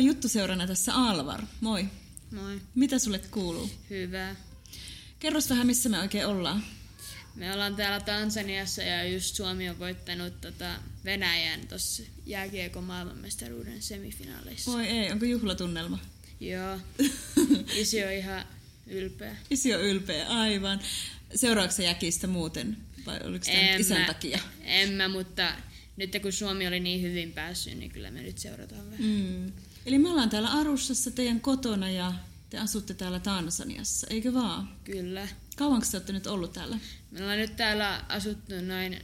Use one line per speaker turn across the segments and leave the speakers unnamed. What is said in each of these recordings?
juttuseurana tässä Alvar. Moi.
Moi.
Mitä sulle kuuluu?
Hyvä.
Kerros vähän, missä me oikein ollaan.
Me ollaan täällä Tansaniassa ja just Suomi on voittanut tota Venäjän tuossa jääkiekon maailmanmestaruuden semifinaalissa.
Voi ei, onko juhlatunnelma?
Joo. Isi on ihan ylpeä.
Isi on ylpeä, aivan. Seuraako se jäkistä muuten? Vai oliko tämä
En
isän
mä-
takia?
En mä, mutta nyt kun Suomi oli niin hyvin päässyt, niin kyllä me nyt seurataan vähän.
Mm. Eli me ollaan täällä Arussassa teidän kotona ja te asutte täällä Tansaniassa, eikö vaan?
Kyllä.
Kauanko te olette nyt ollut täällä?
Me ollaan nyt täällä asuttu noin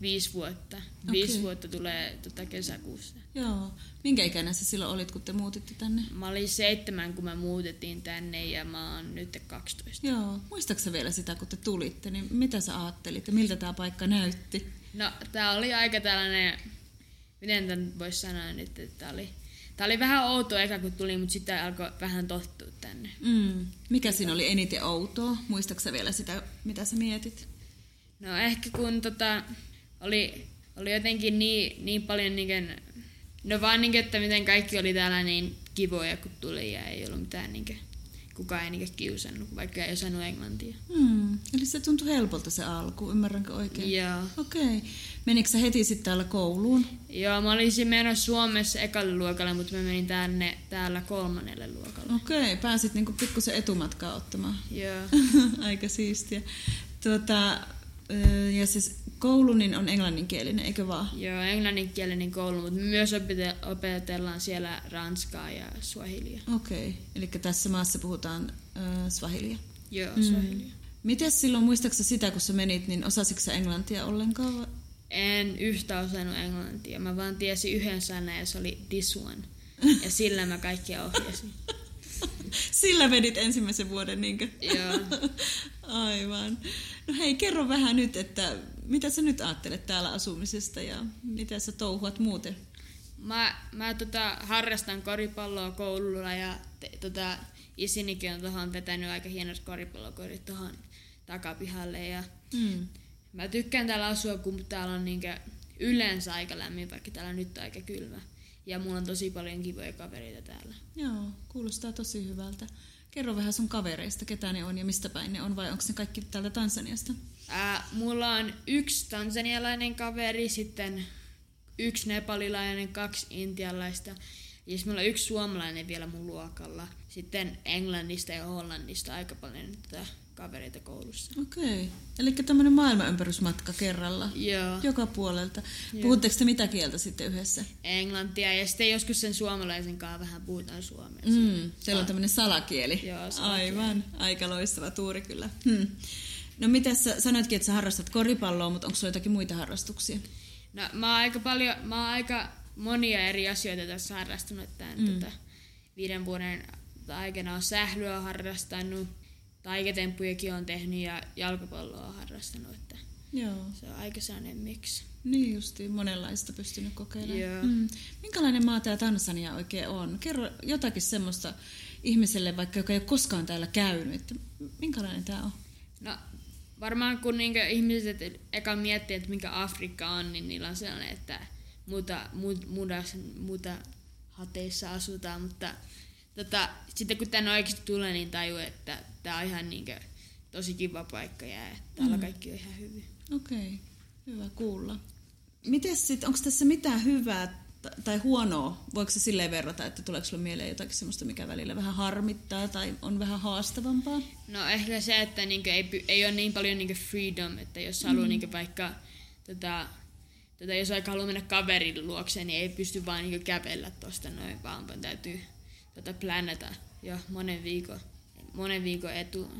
viisi vuotta. Viisi
Okei.
vuotta tulee tota kesäkuussa.
Joo. Minkä ikäinen sä silloin olit, kun te muutitte tänne?
Mä olin seitsemän, kun me muutettiin tänne ja mä oon nyt 12.
Joo. Muistaaksä vielä sitä, kun te tulitte, niin mitä sä ajattelit ja miltä tämä paikka näytti?
No, tää oli aika tällainen, miten tän voisi sanoa nyt, että tää oli, tää oli vähän outoa eka kun tuli, mutta sitten alkoi vähän tottua tänne.
Mm. Mikä siinä oli eniten outoa? Muistaaksä vielä sitä, mitä sä mietit?
No ehkä kun tota, oli, oli jotenkin niin, niin paljon niinkään, no vaan niinkään, että miten kaikki oli täällä niin kivoja kun tuli ja ei ollut mitään niinkään, kukaan ei niinkään kiusannut, vaikka ei osannut englantia.
Mm. Eli se tuntui helpolta se alku, ymmärränkö oikein?
Joo.
Okei. Okay. Menikö sä heti sitten täällä kouluun?
Joo, mä olisin menossa Suomessa ekalle luokalle, mutta mä menin tänne täällä kolmannelle luokalle.
Okei, okay. pääsit niinku pikkusen etumatkaa ottamaan.
Joo.
Aika siistiä. Tuota, ö, ja siis koulu niin on englanninkielinen, eikö vaan?
Joo, englanninkielinen koulu, mutta me myös opete- opetellaan siellä ranskaa ja suahilia.
Okei, okay. eli tässä maassa puhutaan äh, swahilia.
Joo, suahilia.
Miten silloin, muistaaksä sitä, kun sä menit, niin osasitko sä englantia ollenkaan? vai-
En yhtä osannut englantia. Mä vaan tiesin yhden sanan ja se oli this one. Ja sillä mä kaikkia ohjasin.
Sillä vedit ensimmäisen vuoden, niinkö?
Joo.
Aivan. No hei, kerro vähän nyt, että mitä sä nyt ajattelet täällä asumisesta ja mitä sä touhuat muuten?
Mä, mä tota, harrastan koripalloa koululla ja te, tota, isinikin on tuohon vetänyt aika hienot koripallokorit tuohon takapihalle. Ja
Mm.
mä tykkään täällä asua, kun täällä on niinkö yleensä aika lämmin, vaikka täällä on nyt aika kylmä. Ja mulla on tosi paljon kivoja kavereita täällä.
Joo, kuulostaa tosi hyvältä. Kerro vähän sun kavereista, ketä ne on ja mistä päin ne on, vai onko ne kaikki täältä Tansaniasta?
Ää, mulla on yksi tansanialainen kaveri, sitten yksi nepalilainen, kaksi intialaista. Ja sitten mulla on yksi suomalainen vielä mun luokalla. Sitten Englannista ja Hollannista aika paljon tätä kavereita koulussa.
Okei, okay. eli tämmöinen maailmanympärysmatka kerralla.
Joo,
Joka puolelta. Puhutteko te mitä kieltä sitten yhdessä?
englantia ja sitten joskus sen suomalaisen kanssa vähän puhutaan suomea.
Mm, teillä on tämmöinen salakieli.
Ah. Joo, salakieli.
Aivan, aika loistava tuuri kyllä. Hmm. No mitä sä sanoitkin, että sä harrastat koripalloa, mutta onko sulla jotakin muita harrastuksia?
No, mä oon aika paljon, mä oon aika monia eri asioita tässä harrastanut tämän mm. tota, viiden vuoden aikana. Oon sählyä harrastanut, taikatemppujakin on tehnyt ja jalkapalloa on harrastanut. Että
Joo,
se on aika sellainen miksi.
niin justiin, monenlaista pystynyt kokeilemaan.
Joo.
Mm. Minkälainen maa tämä Tansania oikein on? Kerro jotakin semmoista ihmiselle, vaikka joka ei ole koskaan täällä käynyt, että minkälainen tämä on?
No, varmaan kun niinku ihmiset eka miettii, että mikä Afrikka on, niin niillä on sellainen, että muuta, mud, mudas, muuta hateissa asutaan, mutta tota, sitten kun tänne oikeasti tulee, niin tajuu, että tämä on ihan niinku tosi kiva paikka ja että täällä kaikki on ihan hyvin.
Okei, okay. hyvä kuulla. Mites sitten, onko tässä mitään hyvää t- tai huonoa? Voiko se silleen verrata, että tuleeko sulla mieleen jotakin sellaista, mikä välillä vähän harmittaa tai on vähän haastavampaa?
No ehkä se, että niinku ei, py- ei ole niin paljon niinku freedom, että jos haluaa niinku vaikka tota, tota, jos aika haluaa mennä kaverin luokse, niin ei pysty vaan niinku kävellä tuosta noin, vaan vaan täytyy tota, plänätä jo monen viikon, monen viikon etu,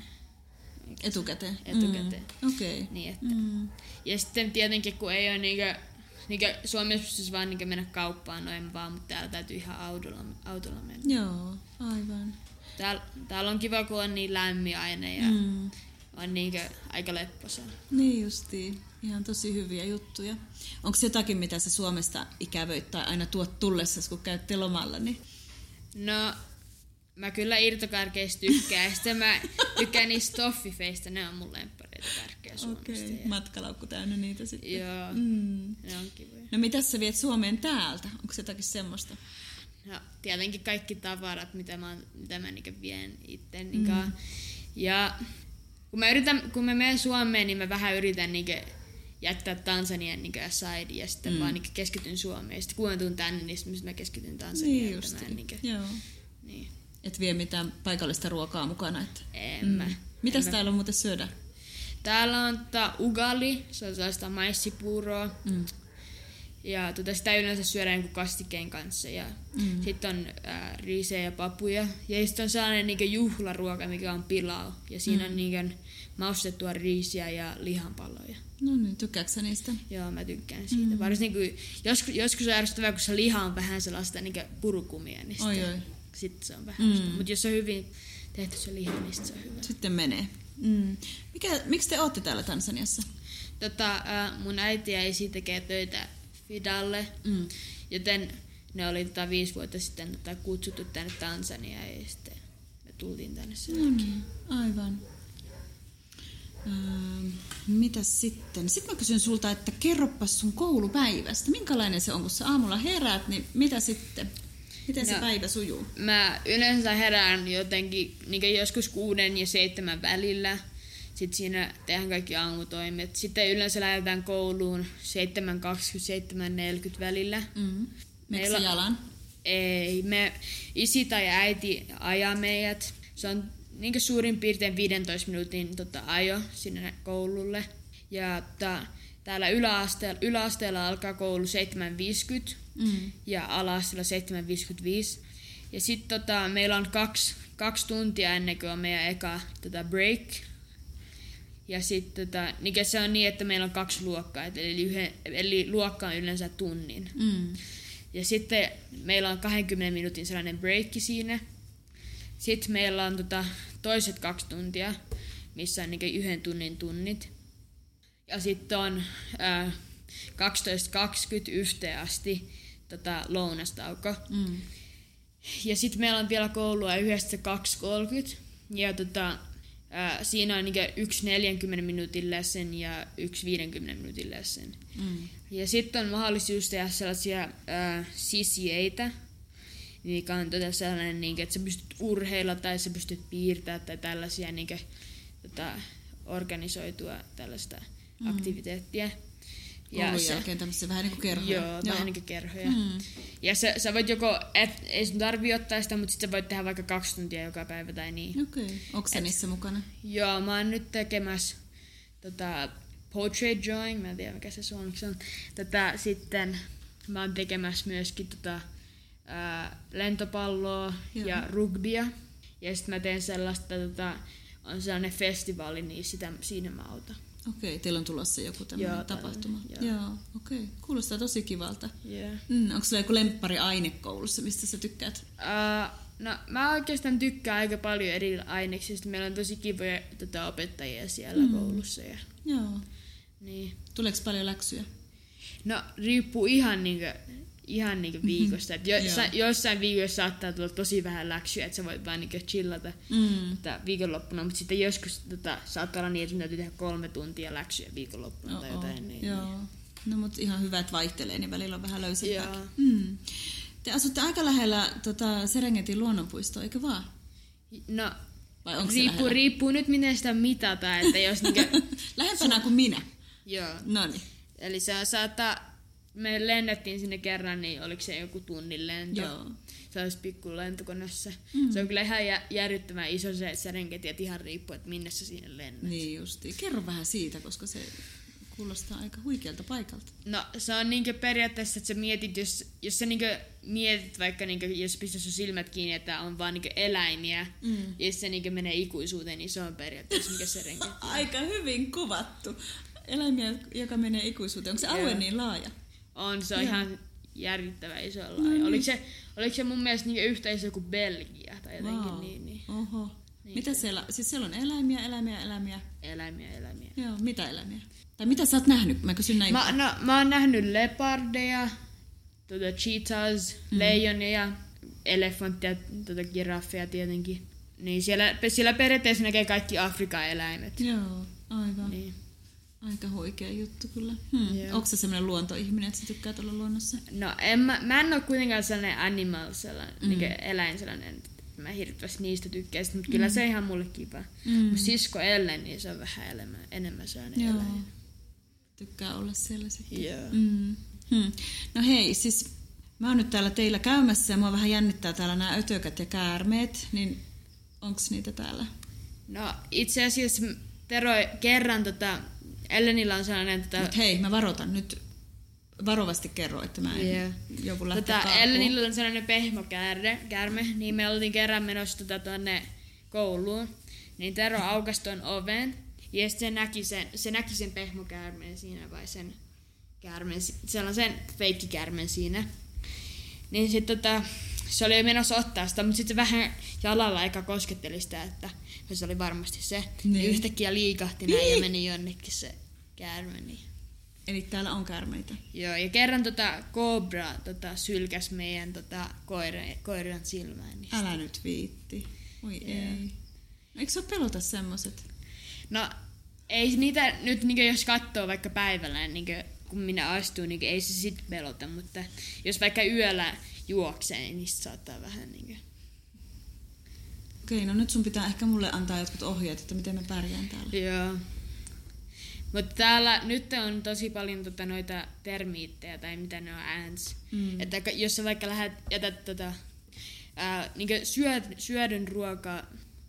Etukäteen?
etukäteen. Mm.
Mm. Okei. Okay.
Niin, että.
Mm.
Ja sitten tietenkin, kun ei ole niinku, niinku Suomessa pystyisi vaan niinku mennä kauppaan noin vaan, mutta täällä täytyy ihan autolla, autolla mennä.
Joo, aivan.
Täällä, täällä on kiva, kun on niin lämmin aina ja mm.
Mm.
on niinku aika lepposaa.
Niin justiin. Ihan tosi hyviä juttuja. Onko jotakin, mitä sä Suomesta ikävöit tai aina tuot tullessa, kun käytte lomalla? Niin?
No, mä kyllä irtokarkeista tykkään. Ja sitten mä tykkään niistä toffifeistä. Ne on mun lemppareita tärkeä Suomesta.
Okei, okay.
Ja,
matkalaukku täynnä niitä sitten.
joo,
Mm.
ne on kivoja.
No mitä sä viet Suomeen täältä? Onko jotakin semmoista?
no, tietenkin kaikki tavarat, mitä mä, oon- mitä mä niinku vien itse. Niinku. Mm. Ja kun mä, yritän, kun mä menen Suomeen, niin mä vähän yritän niinku jättää Tansanian niinku aside ja sitten mm. vaan niinku keskityn Suomeen. Ja sitten kun mä tuun tänne, niin sitten mä keskityn Tansaniaan.
Niin
että
just.
mä en niinku,
Joo.
niin.
Et vie mitään paikallista ruokaa mukana. Että.
En mm. mä.
Mitäs täällä on muuten syödä?
Täällä on tää ugali, se on sellaista maissipuuroa.
Mm.
Ja tota, sitä yleensä syödään jonkun kastikkeen kanssa. Ja mm. Sitten on ää, riisejä ja papuja. Ja sitten on sellainen niinku juhlaruoka, mikä on pilau. Ja siinä mm. on niinku maustettua riisiä ja lihanpaloja.
No niin, tykkääkö sä niistä?
Joo, mä tykkään siitä. Mm. Varsinkin kun joskus, joskus on ärsyttävää, kun se liha on vähän sellaista niinku purukumia. Niin
Oi,
sitten,
oi.
sitten se on vähän mm. Mutta jos se on hyvin tehty se liha, niin sit se on hyvä.
Sitten menee. Mm. Mikä, miksi te ootte täällä Tansaniassa?
Tota, äh, mun äiti ja isi tekee töitä Fidalle,
Mm.
joten ne oli tota, viisi vuotta sitten tota, kutsuttu tänne Tansaniaan ja sitten me tultiin tänne sen.
No niin, aivan. Ähm, mitäs sitten? Sitten mä kysyn sulta, että kerropas sun koulupäivästä. Minkälainen se on, kun sä aamulla heräät, niin mitä sitten? Miten se
No.
päivä sujuu?
Mä yleensä herään jotenkin niin joskus kuuden ja seitsemän välillä. Sitten siinä tehdään kaikki aamutoimet. Sitten yleensä lähdetään kouluun 7.20, 7.40 välillä.
Mm.
Meillä-
Meillä... jalan?
Ei, me isi tai äiti ajaa meidät. Se on niin suurin piirtein 15 minuutin tota, ajo sinne koululle. Ja tota, täällä yläasteella, yläasteella alkaa koulu 7.50
Mm.
ja ala-asteella 7.55. Ja sitten tota, meillä on kaksi, kaksi tuntia ennen kuin on meidän eka tota, break. Ja sitten tota, niin se on niin, että meillä on kaksi luokkaa, et eli, yhden, eli luokka on yleensä tunnin.
Mm.
Ja sitten meillä on 20 minuutin sellainen breikki siinä. Sitten meillä on tota, toiset kaksi tuntia, missä on niinku yhden tunnin tunnit. Ja sitten on ää, 12.20 yhteen asti tota, lounastauko.
Mm.
Ja sitten meillä on vielä koulua yhdestä 2.30. Ja tota, ää, siinä on niinku yksi 40 minuutin lesson ja yksi 50 minuutin lesson.
Mm.
Ja sitten on mahdollisuus tehdä sellaisia ää, sisjeitä, mikä on tota sellainen, niin, että sä pystyt urheilla tai sä pystyt piirtää tai tällaisia niin, tota, organisoitua tällaista mm. aktiviteettia.
Koulun
se-
jälkeen tämmöisiä vähän niin kuin kerhoja.
Joo, vähän niin kuin kerhoja.
Mm.
Ja sä, sä voit joko, et, ei sun tarvi ottaa sitä, mutta sitten sä voit tehdä vaikka kaksi tuntia joka päivä tai niin.
Okei, okay. onko sä niissä mukana?
Joo, mä oon nyt tekemässä tota, portrait drawing, mä en tiedä mikä se suomeksi on. Tota, sitten mä oon tekemässä myöskin tota, ää, lentopalloa
Joo.
Joo. ja rugbia. Ja sitten mä teen sellaista, tota, on sellainen festivaali, niin sitä, siinä mä autan.
Okei, okay, teillä on tulossa joku tämmöinen
Joo,
tapahtuma.
tällainen,
Joo, joo okei. Okay. Kuulostaa tosi kivalta.
Yeah.
Mm, onko sulla joku lemppari aine koulussa, mistä sä tykkäät?
Ää, no, mä oikeastaan tykkään aika paljon eri aineksista. Meillä on tosi kivoja tota, opettajia siellä mm. koulussa. Ja,
Joo.
niin.
Tuleeko paljon läksyjä?
No riippuu ihan niinku, ihan niinku viikosta. Et jo,
Mm-hmm. Joo.
sa, jossain viikossa saattaa tulla tosi vähän läksyä, että sä voit vaan niinku chillata
Mm.
tota, viikonloppuna, mutta sitten joskus tota, saattaa olla niin, että sun täytyy tehdä kolme tuntia läksyä viikonloppuna tai jotain. Niin,
Joo. No mutta ihan hyvä, että vaihtelee, niin välillä on vähän löysempää.
Joo.
Mm. Te asutte aika lähellä tota Serengetin luonnonpuistoa, eikö vaan?
No,
Vai onko se
riippuu,
lähellä?
riippuu nyt miten sitä mitataan, että jos niinku,
Lähempänä kuin minä.
joo.
No niin.
Eli se on saattaa, me lennettiin sinne kerran, niin oliko se joku tunnin lento?
Joo.
Se olisi pikku lentokoneessa. Mm. Se on kyllä ihan jä- järjettömän iso se serenketi, että ihan riippuu, että minne sä sinne lennät.
Niin justi. Kerro vähän siitä, koska se kuulostaa aika huikealta paikalta.
No se on niinkö periaatteessa, että sä mietit, jos, jos sä niinkö mietit vaikka, niinkö, jos pistät sun silmät kiinni, että on vaan niinkö eläimiä, mm. ja jos se niinkö menee ikuisuuteen, niin se on periaatteessa mikä se renki.
Aika hyvin kuvattu. Eläimiä, joka menee ikuisuuteen. Onko se alue
Joo.
niin laaja?
On, se on ihan järjittävä iso laaja. Oliko, se, oliko se mun mielestä niinkö yhtä iso kuin Belgia tai jotenkin
Vau.
niin, niin.
Oho. Niin. Mitä siellä, siis siellä on eläimiä, eläimiä, eläimiä.
Eläimiä, eläimiä.
Joo, mitä eläimiä? Tai mitä sä oot nähnyt? Mä kysyn näin.
Mä, no, mä oon nähnyt lepardeja, tuota cheetahs, mm. leijonia, elefantteja, tuota giraffeja tietenkin. Niin siellä, siellä periaatteessa näkee kaikki Afrikan eläimet.
Joo, aivan.
Niin.
Aika huikeeta. oikea juttu kyllä. Hmm.
Joo.
Yeah. Onko se semmoinen luontoihminen, että sä tykkäät olla luonnossa?
No en mä, mä en ole kuitenkaan sellainen animal, sellainen, mm. niin eläin sellainen, että mä hirveästi niistä tykkäisin, mutta kyllä mm. se on ihan mulle kiva. Mm. Mun sisko Ellen, niin se on vähän elämä, enemmän sellainen Joo.
Joo.
eläin.
Tykkää olla siellä sitten.
Joo.
Mm. Hmm. No hei, siis mä oon nyt täällä teillä käymässä ja mua vähän jännittää täällä nämä ötökät ja käärmeet, niin onks niitä täällä?
No itse asiassa Tero kerran tota, Ellenillä on sellainen tota,
Mut hei, mä varoitan nyt. Varovasti kerro, että mä en
Joo.
yeah. joku lähtee
Tota,
karkuun.
Ellenillä on sellainen pehmokäärme, käärme, niin me oltiin kerran menossa tota tuonne kouluun. Niin Tero aukasi tuon oven ja sit se näki sen, se näki sen pehmokäärmeen siinä vai sen käärmeen, si- sellaisen feikkikäärmeen siinä. Niin sitten tota, se oli jo menossa ottaa sitä, mutta sitten se vähän jalalla eikä kosketteli sitä, että se oli varmasti se. Niin.
Niin.
Yhtäkkiä liikahti näin ja
Niin.
meni jonnekin se käärme. Niin.
Eli täällä on käärmeitä.
Joo, ja kerran tota Cobra tota, sylkäs meidän tota, koiran, koiran silmään. Niin.
Älä nyt viitti. Oi
Joo.
yeah. ei. No, Eikö se pelota semmoset?
No, ei niitä nyt, niin jos katsoo vaikka päivällä, niin kun minä astun, niin ei se sit pelota, mutta jos vaikka yöllä juoksee, niin niistä saattaa vähän niin kuin,
Okei, no nyt sun pitää ehkä mulle antaa jotkut ohjeet, että miten mä pärjään täällä.
Joo. Mutta täällä nyt on tosi paljon tota, noita termiittejä tai mitä ne on ants. Mm.
Mm.
Että ka- jos sä vaikka lähet, jätät tota, ää, niin syöd, syödyn ruokaa,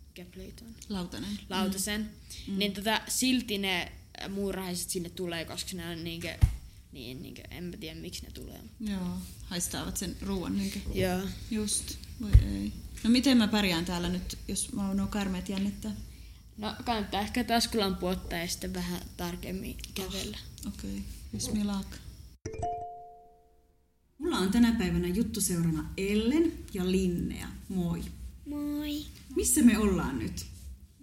mikä plate on?
Lautanen.
lautasen, mm. niin tota, silti ne muurahaiset sinne tulee, koska ne on niinkö, niin, niinkö, en mä tiedä miksi ne tulee.
Joo, haistaavat sen ruoan niinkö?
Joo.
Just, voi ei. No miten mä pärjään täällä nyt, jos mä oon nuo karmeet jännittää?
No kannattaa ehkä taskulampua ottaa ja sitten vähän tarkemmin kävellä.
Okei,
Mm.
okay. bismillah.
Mulla on tänä päivänä juttuseurana Ellen ja Linnea. Moi.
Moi.
Missä me ollaan nyt?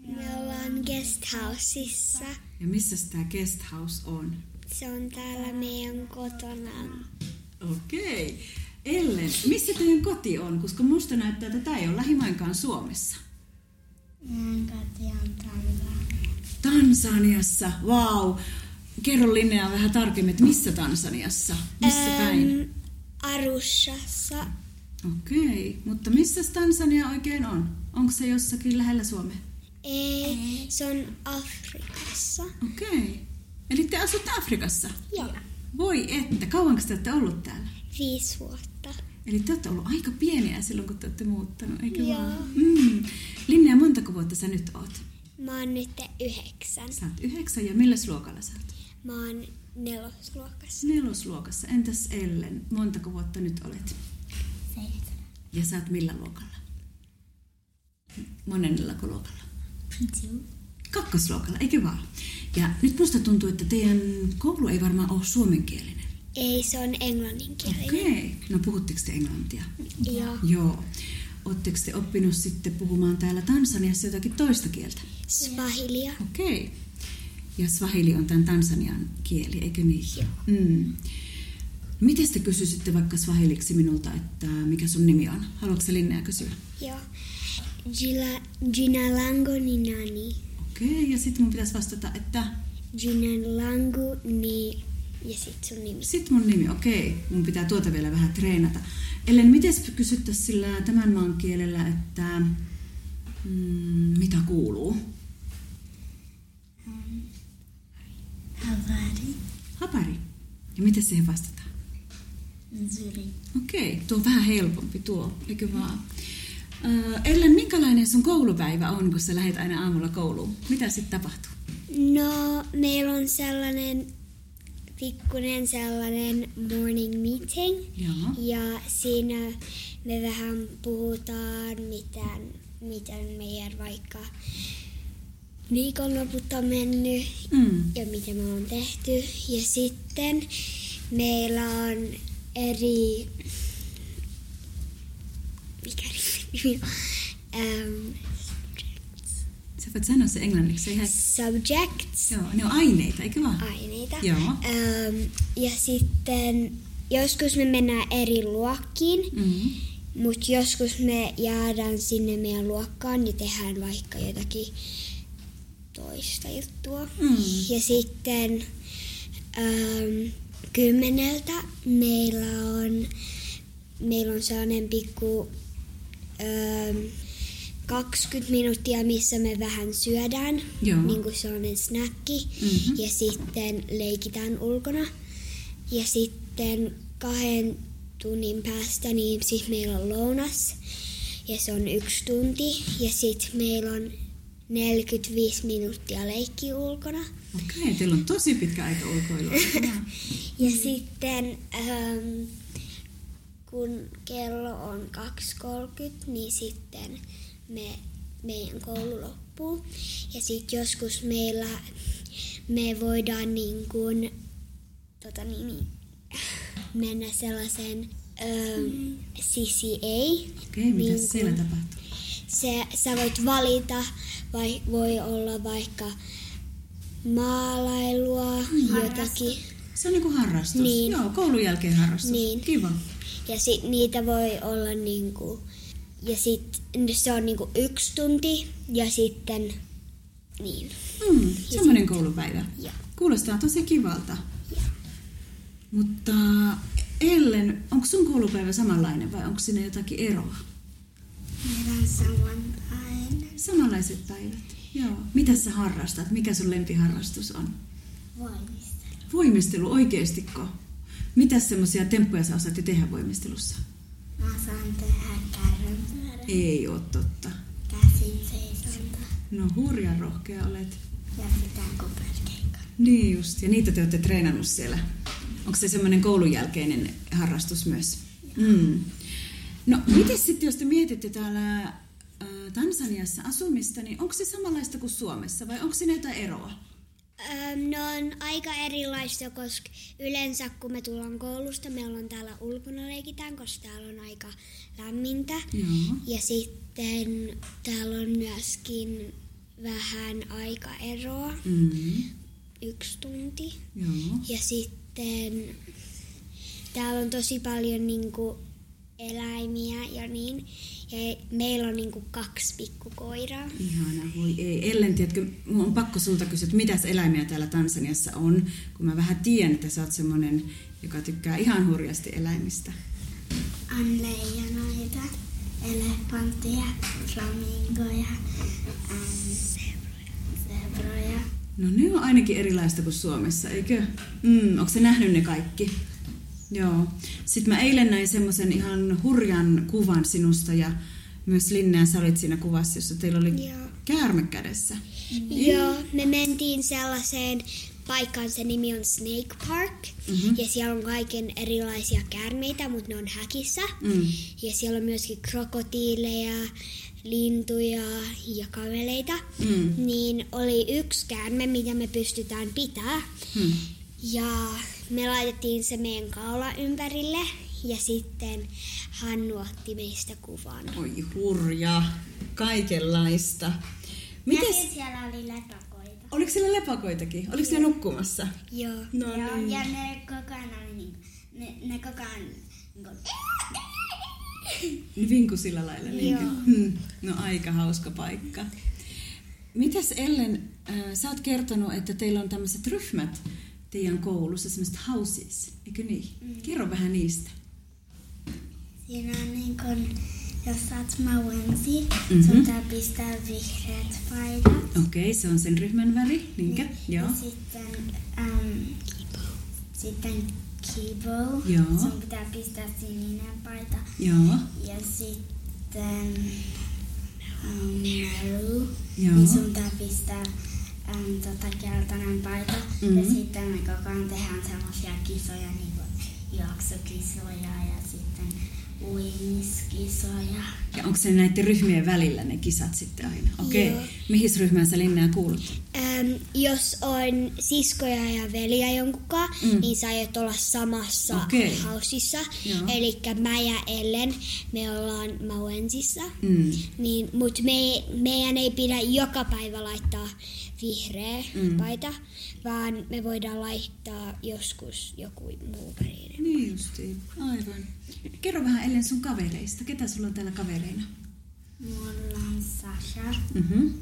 Me ollaan guesthouseissa.
Ja missä tämä guest house on?
Se on täällä meidän kotona.
Okei. Ellen, missä teidän koti on? Koska musta näyttää, että tämä ei ole lähimainkaan Suomessa.
Mun koti on täällä.
Tansaniassa, vau. Kerro Linnea vähän tarkemmin, että missä Tansaniassa? Missä päin?
Arushassa.
Okei, mutta missä Tansania oikein on? Onko se jossakin lähellä Suomea?
Ei, E, se on Afrikassa.
Okei. Eli te asutte Afrikassa?
Joo.
Voi että, kauanko te olette ollut täällä?
Viisi vuotta.
Eli te olette ollut aika pieniä silloin, kun te olette muuttanut, eikö
Joo.
vaan? Mm. Linnea, montako vuotta sä nyt oot?
Mä oon nyt yhdeksän.
Sä oot yhdeksän ja milläs luokalla sä oot?
Mä oon nelosluokassa.
Nelosluokassa. Entäs Ellen, montako vuotta nyt olet?
Seitsemän.
Ja sä oot millä luokalla? Monennella luokalla? Kakkosluokalla, eikö vaan? Ja nyt musta tuntuu, että teidän koulu ei varmaan ole suomenkielinen.
Ei, se on englanninkielinen.
Okei. No puhutteko te englantia?
Joo.
Joo. Oletteko te oppinut sitten puhumaan täällä Tansaniassa jotakin toista kieltä?
Svahilia.
Okei. Ja swahili on tämän Tansanian kieli, eikö niin? Joo. Mm. Miten te kysyisitte vaikka swahiliksi minulta, että mikä sun nimi on? Haluatko sä Linnea kysyä?
Joo. Jila, jina lango ni nani?
Okei, ja sitten mun pitäisi vastata, että
Jinan langu ni ja sit sun nimi.
sit mun nimi, okei. Mun pitää tuota vielä vähän treenata. Ellen, miten kysyttäisiin sillä tämän maan kielellä, että mm, mitä kuuluu?
Havari
Hapari. Ja miten siihen vastataan?
Zuri.
Okei, tuo on vähän helpompi tuo, eikö vaan? Äh, Ellen, minkälainen sun koulupäivä on, kun sä lähdet aina aamulla kouluun? Mitä sitten tapahtuu?
No, meillä on sellainen pikkunen sellainen morning meeting.
Joo.
Ja siinä me vähän puhutaan, miten, miten meidän vaikka viikonloput on mennyt
Mm.
ja mitä me on tehty. Ja sitten meillä on eri... Mikä nimi on? Ähm,
Sä voit sanoa se englanniksi, se ihan...
subjects,
Joo, ne on aineita, eikö vaan?
aineita.
Joo.
Ähm, ja sitten joskus me mennään eri luokkiin,
Mm.
mutta joskus me jäädään sinne meidän luokkaan ja tehdään vaikka jotakin toista juttua.
Mm.
Ja sitten Öm, kymmeneltä meillä on, meillä on sellainen pikku öm, 20 minuuttia, missä me vähän syödään,
Joo.
niin kuin sellainen snäkki,
Mhm.
ja sitten leikitään ulkona. Ja sitten kahden tunnin päästä, niin siis meillä on lounas, ja se on yksi tunti, ja sitten meillä on 45 minuuttia leikki ulkona.
Okei, teillä on tosi pitkä aika ulkoilua.
Ja mm. sitten ähm, kun kello on 2.30, niin sitten me, meidän koulu loppuu. Ja sitten joskus meillä me voidaan niin kuin, tota niin, niin, mennä sellaiseen ähm, mm. CCA.
Okei, mitä
kun-
siellä tapahtuu?
se, sä voit valita, vai voi olla vaikka maalailua, jotakin.
Se on niinku harrastus.
Niin.
Joo, koulun jälkeen harrastus.
Niin.
Kiva.
Ja sit niitä voi olla niinku, ja sit se on niinku yksi tunti ja sitten niin.
Mm, semmoinen koulupäivä.
Ja.
Kuulostaa tosi kivalta. Mutta Ellen, onko sun koulupäivä samanlainen vai onko sinne jotakin eroa?
Meillä on samanlainen
Samanlaiset päivät. Joo. Mitä sä harrastat? Mikä sun lempiharrastus on?
valmistelu.
Voimistelu oikeestikko? Mitä semmoisia temppuja sä osaat jo tehdä voimistelussa?
Mä saan tehdä kärrympyörä,
Ei oo totta.
käsin seisonta
No hurjan rohkea olet.
ja pitää kuperkeikka.
Niin just, ja niitä te olette treenannut siellä. Onko se semmoinen koulun jälkeinen harrastus myös? Mm. No, miten sitten, jos te mietitte täällä äh, Tansaniassa asumista, niin onko se samanlaista kuin Suomessa vai onko siinä jotain eroa?
Öm, no on aika erilaista, koska yleensä kun me tullaan koulusta, me ollaan täällä ulkona leikitään, koska täällä on aika lämmintä.
Joo.
Ja sitten täällä on myöskin vähän aikaeroa,
Mm.
yksi tunti.
Joo.
Ja sitten täällä on tosi paljon niinku eläimiä ja niin. Ja meillä on niinku kaksi pikkukoiraa.
Ihana, voi ei. Ellen, tiedätkö, mun on pakko sulta kysyä, että mitäs eläimiä täällä Tansaniassa on, kun mä vähän tiedän, että sä oot semmonen, joka tykkää ihan hurjasti eläimistä.
On leijonoita, elefantteja, flamingoja, sebroja.
No ne on ainakin erilaista kuin Suomessa, eikö? Mm, onko se nähnyt ne kaikki? Joo. Sitten mä eilen näin semmoisen ihan hurjan kuvan sinusta ja myös Linnea, sä olit siinä kuvassa, jossa teillä oli
Joo.
käärme kädessä.
Joo, me mentiin sellaiseen paikkaan, se nimi on Snake Park.
Mhm.
Mm-hmm. Ja siellä on kaiken erilaisia käärmeitä, mutta ne on häkissä.
Mm.
Ja siellä on myöskin krokotiileja, lintuja ja kameleita.
Mm.
Niin oli yksi käärme, mitä me pystytään pitää.
Hmm.
Ja me laitettiin se meidän kaula ympärille. Ja sitten Hannu otti meistä kuvan.
Oi hurja, kaikenlaista. Mites,
siellä oli lepakoita.
oliko siellä lepakoitakin? Oliko siellä nukkumassa?
Joo.
No niin.
Ja ne koko ajan oli niinku, ne, ne koko ajan niinku,
Niin Vinku sillä lailla. Niin hmm. No aika hauska paikka. Mitäs Ellen, äh, sä oot kertonut, että teillä on tämmöiset ryhmät teidän koulussa, semmoiset houses, eikö niin? Mm. Kerro vähän niistä.
siinä on niinku, jos sä oot mauensi,
Mhm.
mm-hmm. sun pitää pistää vihreät paidat. Niin,
Okei, okay, se on sen ryhmän väri, niinkö? Joo.
Ja sitten, äm, sitten kibo.
Joo.
Sun pitää pistää sininen paita.
Joo.
Ja sitten äm, maru.
Joo.
Niin sun pitää pistää äm, tota, keltainen paita. Mm-hmm. Ja
Mhm.
sitten me koko ajan tehdään semmoisia kisoja, niin kuin juoksukisoja ja sitten uimiskisoja.
Ja onko se näiden ryhmien välillä ne kisat sitten aina? Okei. Okay. Mihin ryhmään sä Linnea kuulut?
Äm, jos on siskoja ja veliä jonkunkaan,
Mm.
mm. niin sä aiot olla samassa
Okei.
hausissa.
Joo.
Eli mä ja Ellen, me ollaan Mauensissa.
Mm.
Niin, Mutta me, ei- meidän ei pidä joka päivä laittaa vihreä
Mm.
mm. paita, vaan me voidaan laittaa joskus joku muu värinen.
Niin justiin, aivan. Kerro vähän Ellen sun kavereista. Ketä sulla on täällä kavereina?
Mulla on Sasha
Mm-hmm.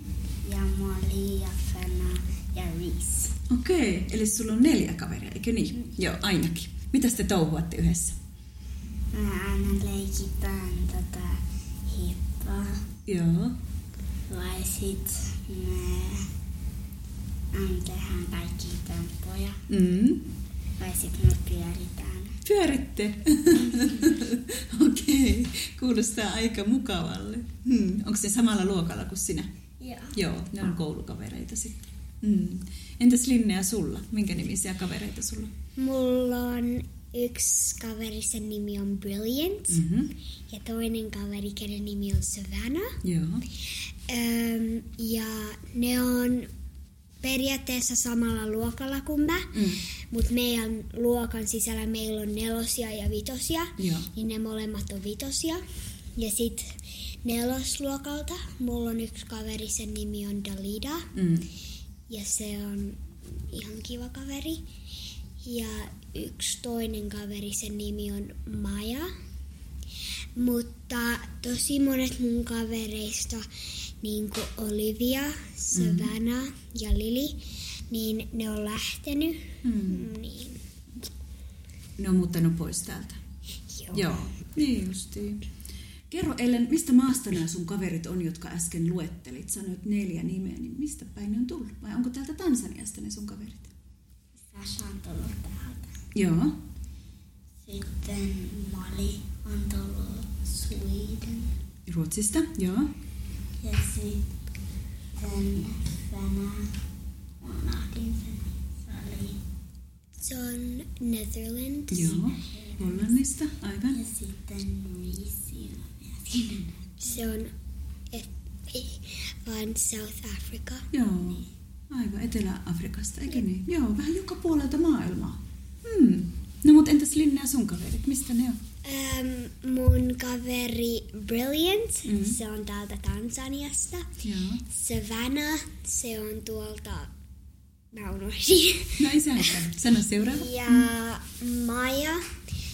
ja Molly ja Fena ja viisi.
Okei, eli sulla on neljä kaveria, eikö niin? Joo, ainakin. Mitäs te touhuatte yhdessä?
Mä aina leikitään tota hippaa.
Joo.
Vai sit me aina tehdään kaikki temppuja.
Mm.
Vai sit me pyöritään.
Pyöritte. Okei, kuulostaa aika mukavalle. Hmm. Onko se samalla luokalla kuin sinä?
Joo.
Joo, ne on koulukavereita sitten. Mm. Entäs Linnea sulla? Minkä nimisiä kavereita sulla?
Mulla on yksi kaveri, sen nimi on Brilliant.
Mm-hmm.
Ja toinen kaveri, kenen nimi on Savannah.
Joo.
Öm, ja ne on periaatteessa samalla luokalla kuin mä,
Mm.
mutta meidän luokan sisällä meillä on nelosia ja vitosia,
Joo.
niin ne molemmat on vitosia. Ja sitten nelosluokalta mulla on yksi kaveri, sen nimi on Dalida,
Mm.
ja se on ihan kiva kaveri. Ja yksi toinen kaveri, sen nimi on Maja. Mutta tosi monet mun kavereista, niin kuin Olivia, Savannah mm-hmm. ja Lili, niin ne on lähtenyt.
Mm.
Niin,
Ne on muuttanut pois täältä.
joo.
Joo. Niin justiin. Kerro Ellen, mistä maasta nämä sun kaverit on, jotka äsken luettelit? Sanoit neljä nimeä, niin mistä päin ne on tullut? Vai onko täältä Tansaniasta ne sun kaverit?
Sasha on tullut täältä.
Joo.
Sitten Mali on tullut Sweden.
Ruotsista? Joo.
Ja sitten Venäjä. Unohdin sen. Se oli.
Se on Netherlands.
Joo. Hollannista? Aivan.
Ja sitten Ruisi. Siinä
Se on et, ei, vaan e, South Africa.
Joo, aivan Etelä-Afrikasta, eikö niin? Joo, vähän joka puolelta maailmaa. Hmm. No mutta entäs Linnea sun kaverit, mistä ne on?
Öm, mun kaveri Brilliant,
Mhm.
mm-hmm. se on täältä Tansaniasta.
Joo.
Savannah, se on tuolta, mä unohdin.
No ei se haittaa. Sano seuraava.
Ja Maja,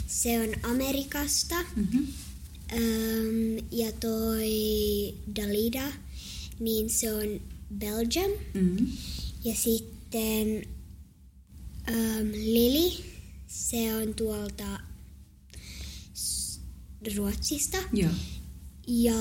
se on Amerikasta.
Mm-hmm.
Öm, ja toi Dalida, niin se on Belgium.
Mm-hmm.
Ja sitten öm, Lili, se on tuolta S- Ruotsista.
Joo.
Ja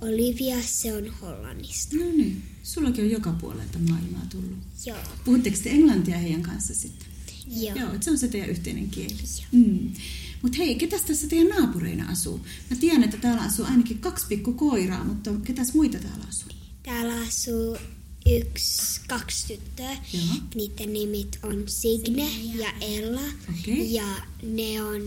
Olivia, se on Hollannista.
No niin, sullakin on joka puolelta maailmaa tullut.
Joo.
Puhutteko te englantia heidän kanssa sitten?
Joo.
Joo, et se on se teidän yhteinen kieli. Mm. Mutta hei, ketäs tässä teidän naapureina asuu? Mä tiedän, että täällä asuu ainakin kaksi pikku koiraa, mutta ketäs muita täällä asuu?
Täällä asuu yksi, kaksi tyttöä.
Joo.
Niiden nimit on Signe ja Ella.
Mm.
Okei.
Ja ne on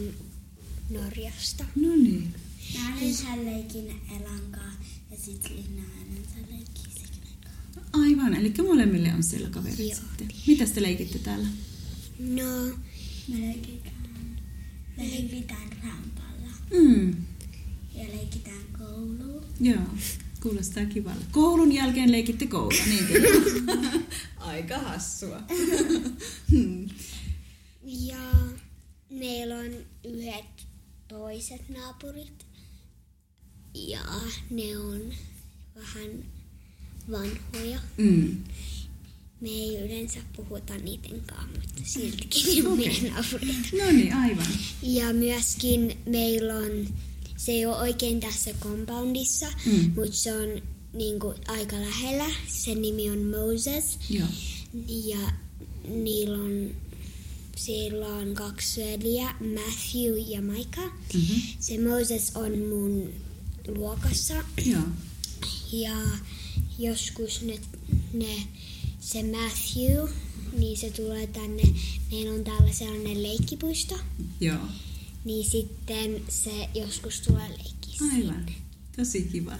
Norjasta.
No niin.
Mä olin sen leikin Elankaa ja sit Linna aina sen leikin Signen kanssa.
Aivan, eli molemmille on siellä kaverit Joo.
Joo.
sitten. Mitäs te leikitte täällä?
No,
Me leikitään, me leikitään rampalla
Mm,
ja leikitään kouluun.
joo, kuulostaa kivalta. Koulun jälkeen leikitte koulua, niin niinkö? Aika hassua. Hmm,
ja meillä on yhdet toiset naapurit. Ja ne on vähän vanhoja.
mm.
Me ei yleensä puhuta niiden kanssa, mutta siltikin ne on meidän naapureita.
No niin, aivan.
Ja myöskin meillä on, se ei ole oikein tässä compoundissa,
Mm.
mm. mutta se on niin kuin, aika lähellä. Sen nimi on Moses
Joo.
ja niillä on, sillä on kaksi veljeä, Matthew ja Micah.
Mm-hmm.
Se Moses on mun luokassa
Joo.
ja joskus ne, ne, se Matthew, niin se tulee tänne. Meillä on täällä sellainen leikkipuisto.
Joo.
Niin sitten se joskus tulee leikkiä.
Aivan. Tosi kiva.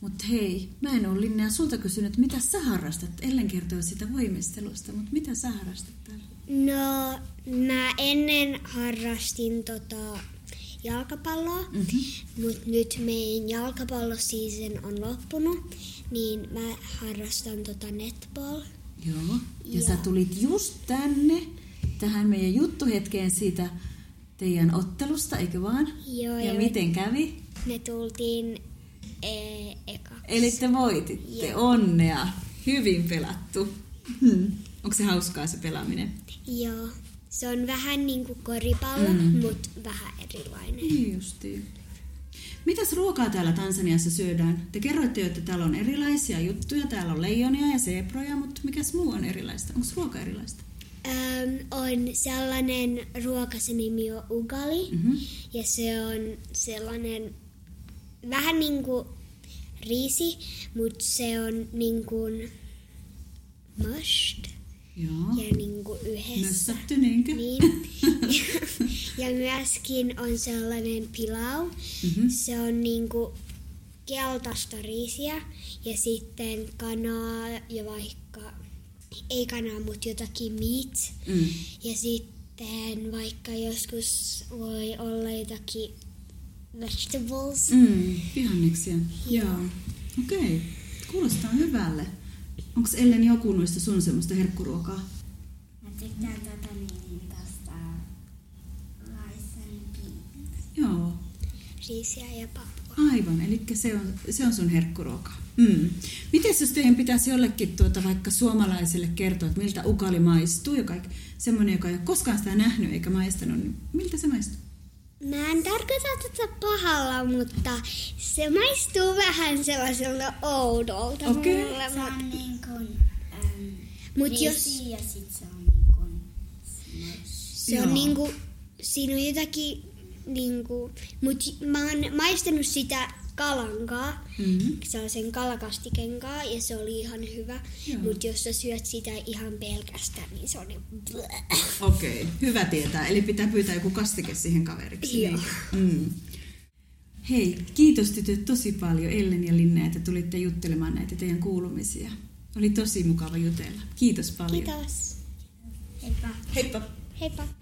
Mutta hei, mä en ole Linnea sulta kysynyt, mitä sä harrastat? Ellen kertoi sitä voimistelusta, mutta mitä sä harrastat täällä?
No, mä ennen harrastin tota jalkapalloa,
Mm-hmm.
mutta nyt meidän jalkapallosiisen on loppunut, niin mä harrastan tota netball.
Joo, ja, ja
Ja-
sä tulit just tänne, tähän meidän juttuhetkeen siitä teidän ottelusta, eikö vaan?
Joo,
ja
ja-
miten kävi?
Me tultiin e- ekaksi.
Eli te voititte,
Joo.
onnea! Hyvin pelattu. Hmm. Onko se hauskaa se pelaaminen?
Joo. Se on vähän niin kuin koripallo, mm. mutta vähän erilainen.
Niin justiin. Mitäs ruokaa täällä Tansaniassa syödään? Te kerroitte jo, että täällä on erilaisia juttuja. Täällä on leijonia ja seproja, mutta mikäs muu on erilaista? Onko ruoka erilaista?
Öm, on sellainen ruoka, se nimi on ugali.
Mhm.
Ja se on sellainen vähän niin kuin riisi, mutta se on niin kuin mushed
Joo.
ja niin kuin yhdessä.
Mössötty, niinkö?
Niin. Ja myöskin on sellainen pilau.
Mhm.
Se on niinku keltaista riisiä ja sitten kanaa ja vaikka, ei kanaa, mutta jotakin meat.
Mm.
Ja sitten vaikka joskus voi olla jotakin vegetables.
Mm. Vihanneksia. Joo. Okei. Kuulostaa hyvälle. Onko Ellen joku noista sun semmoista herkkuruokaa?
Mä tykkään tota niin tosta Rice and Beans.
Joo.
Riisiä ja papua.
Aivan, eli se on, se on sun herkkuruoka. Mm. Miten jos teidän pitäisi jollekin tuota, vaikka suomalaiselle kertoa, että miltä ukali maistuu, joka, semmoinen, joka ei ole koskaan sitä nähnyt eikä maistanut, niin miltä se maistuu?
Mä en tarkoita tätä pahalla, mutta se maistuu vähän sellaiselta oudolta
Okei.
mulle.
Se
mut-
on niin kuin äm,
Mut
riisi
jos-
ja sit se on niin kuin smash.
Se
Joo.
on niinku, siinä on jotakin niinku, mut mä oon maistanut sitä kalankaa.
Mm-hmm.
Se on sen kalakastikenkaa ja se oli ihan hyvä.
Joo.
Mut jos sä syöt sitä ihan pelkästään, niin se on niin bleh.
Okei, okay. hyvä tietää. Eli pitää pyytää joku kastike siihen kaveriksi.
Joo.
niin. Mm. Hei, kiitos tytöt tosi paljon Ellen ja Linne, että tulitte juttelemaan näitä teidän kuulumisia. Oli tosi mukava jutella. Kiitos paljon.
Kiitos.
Heippa.
Heippa.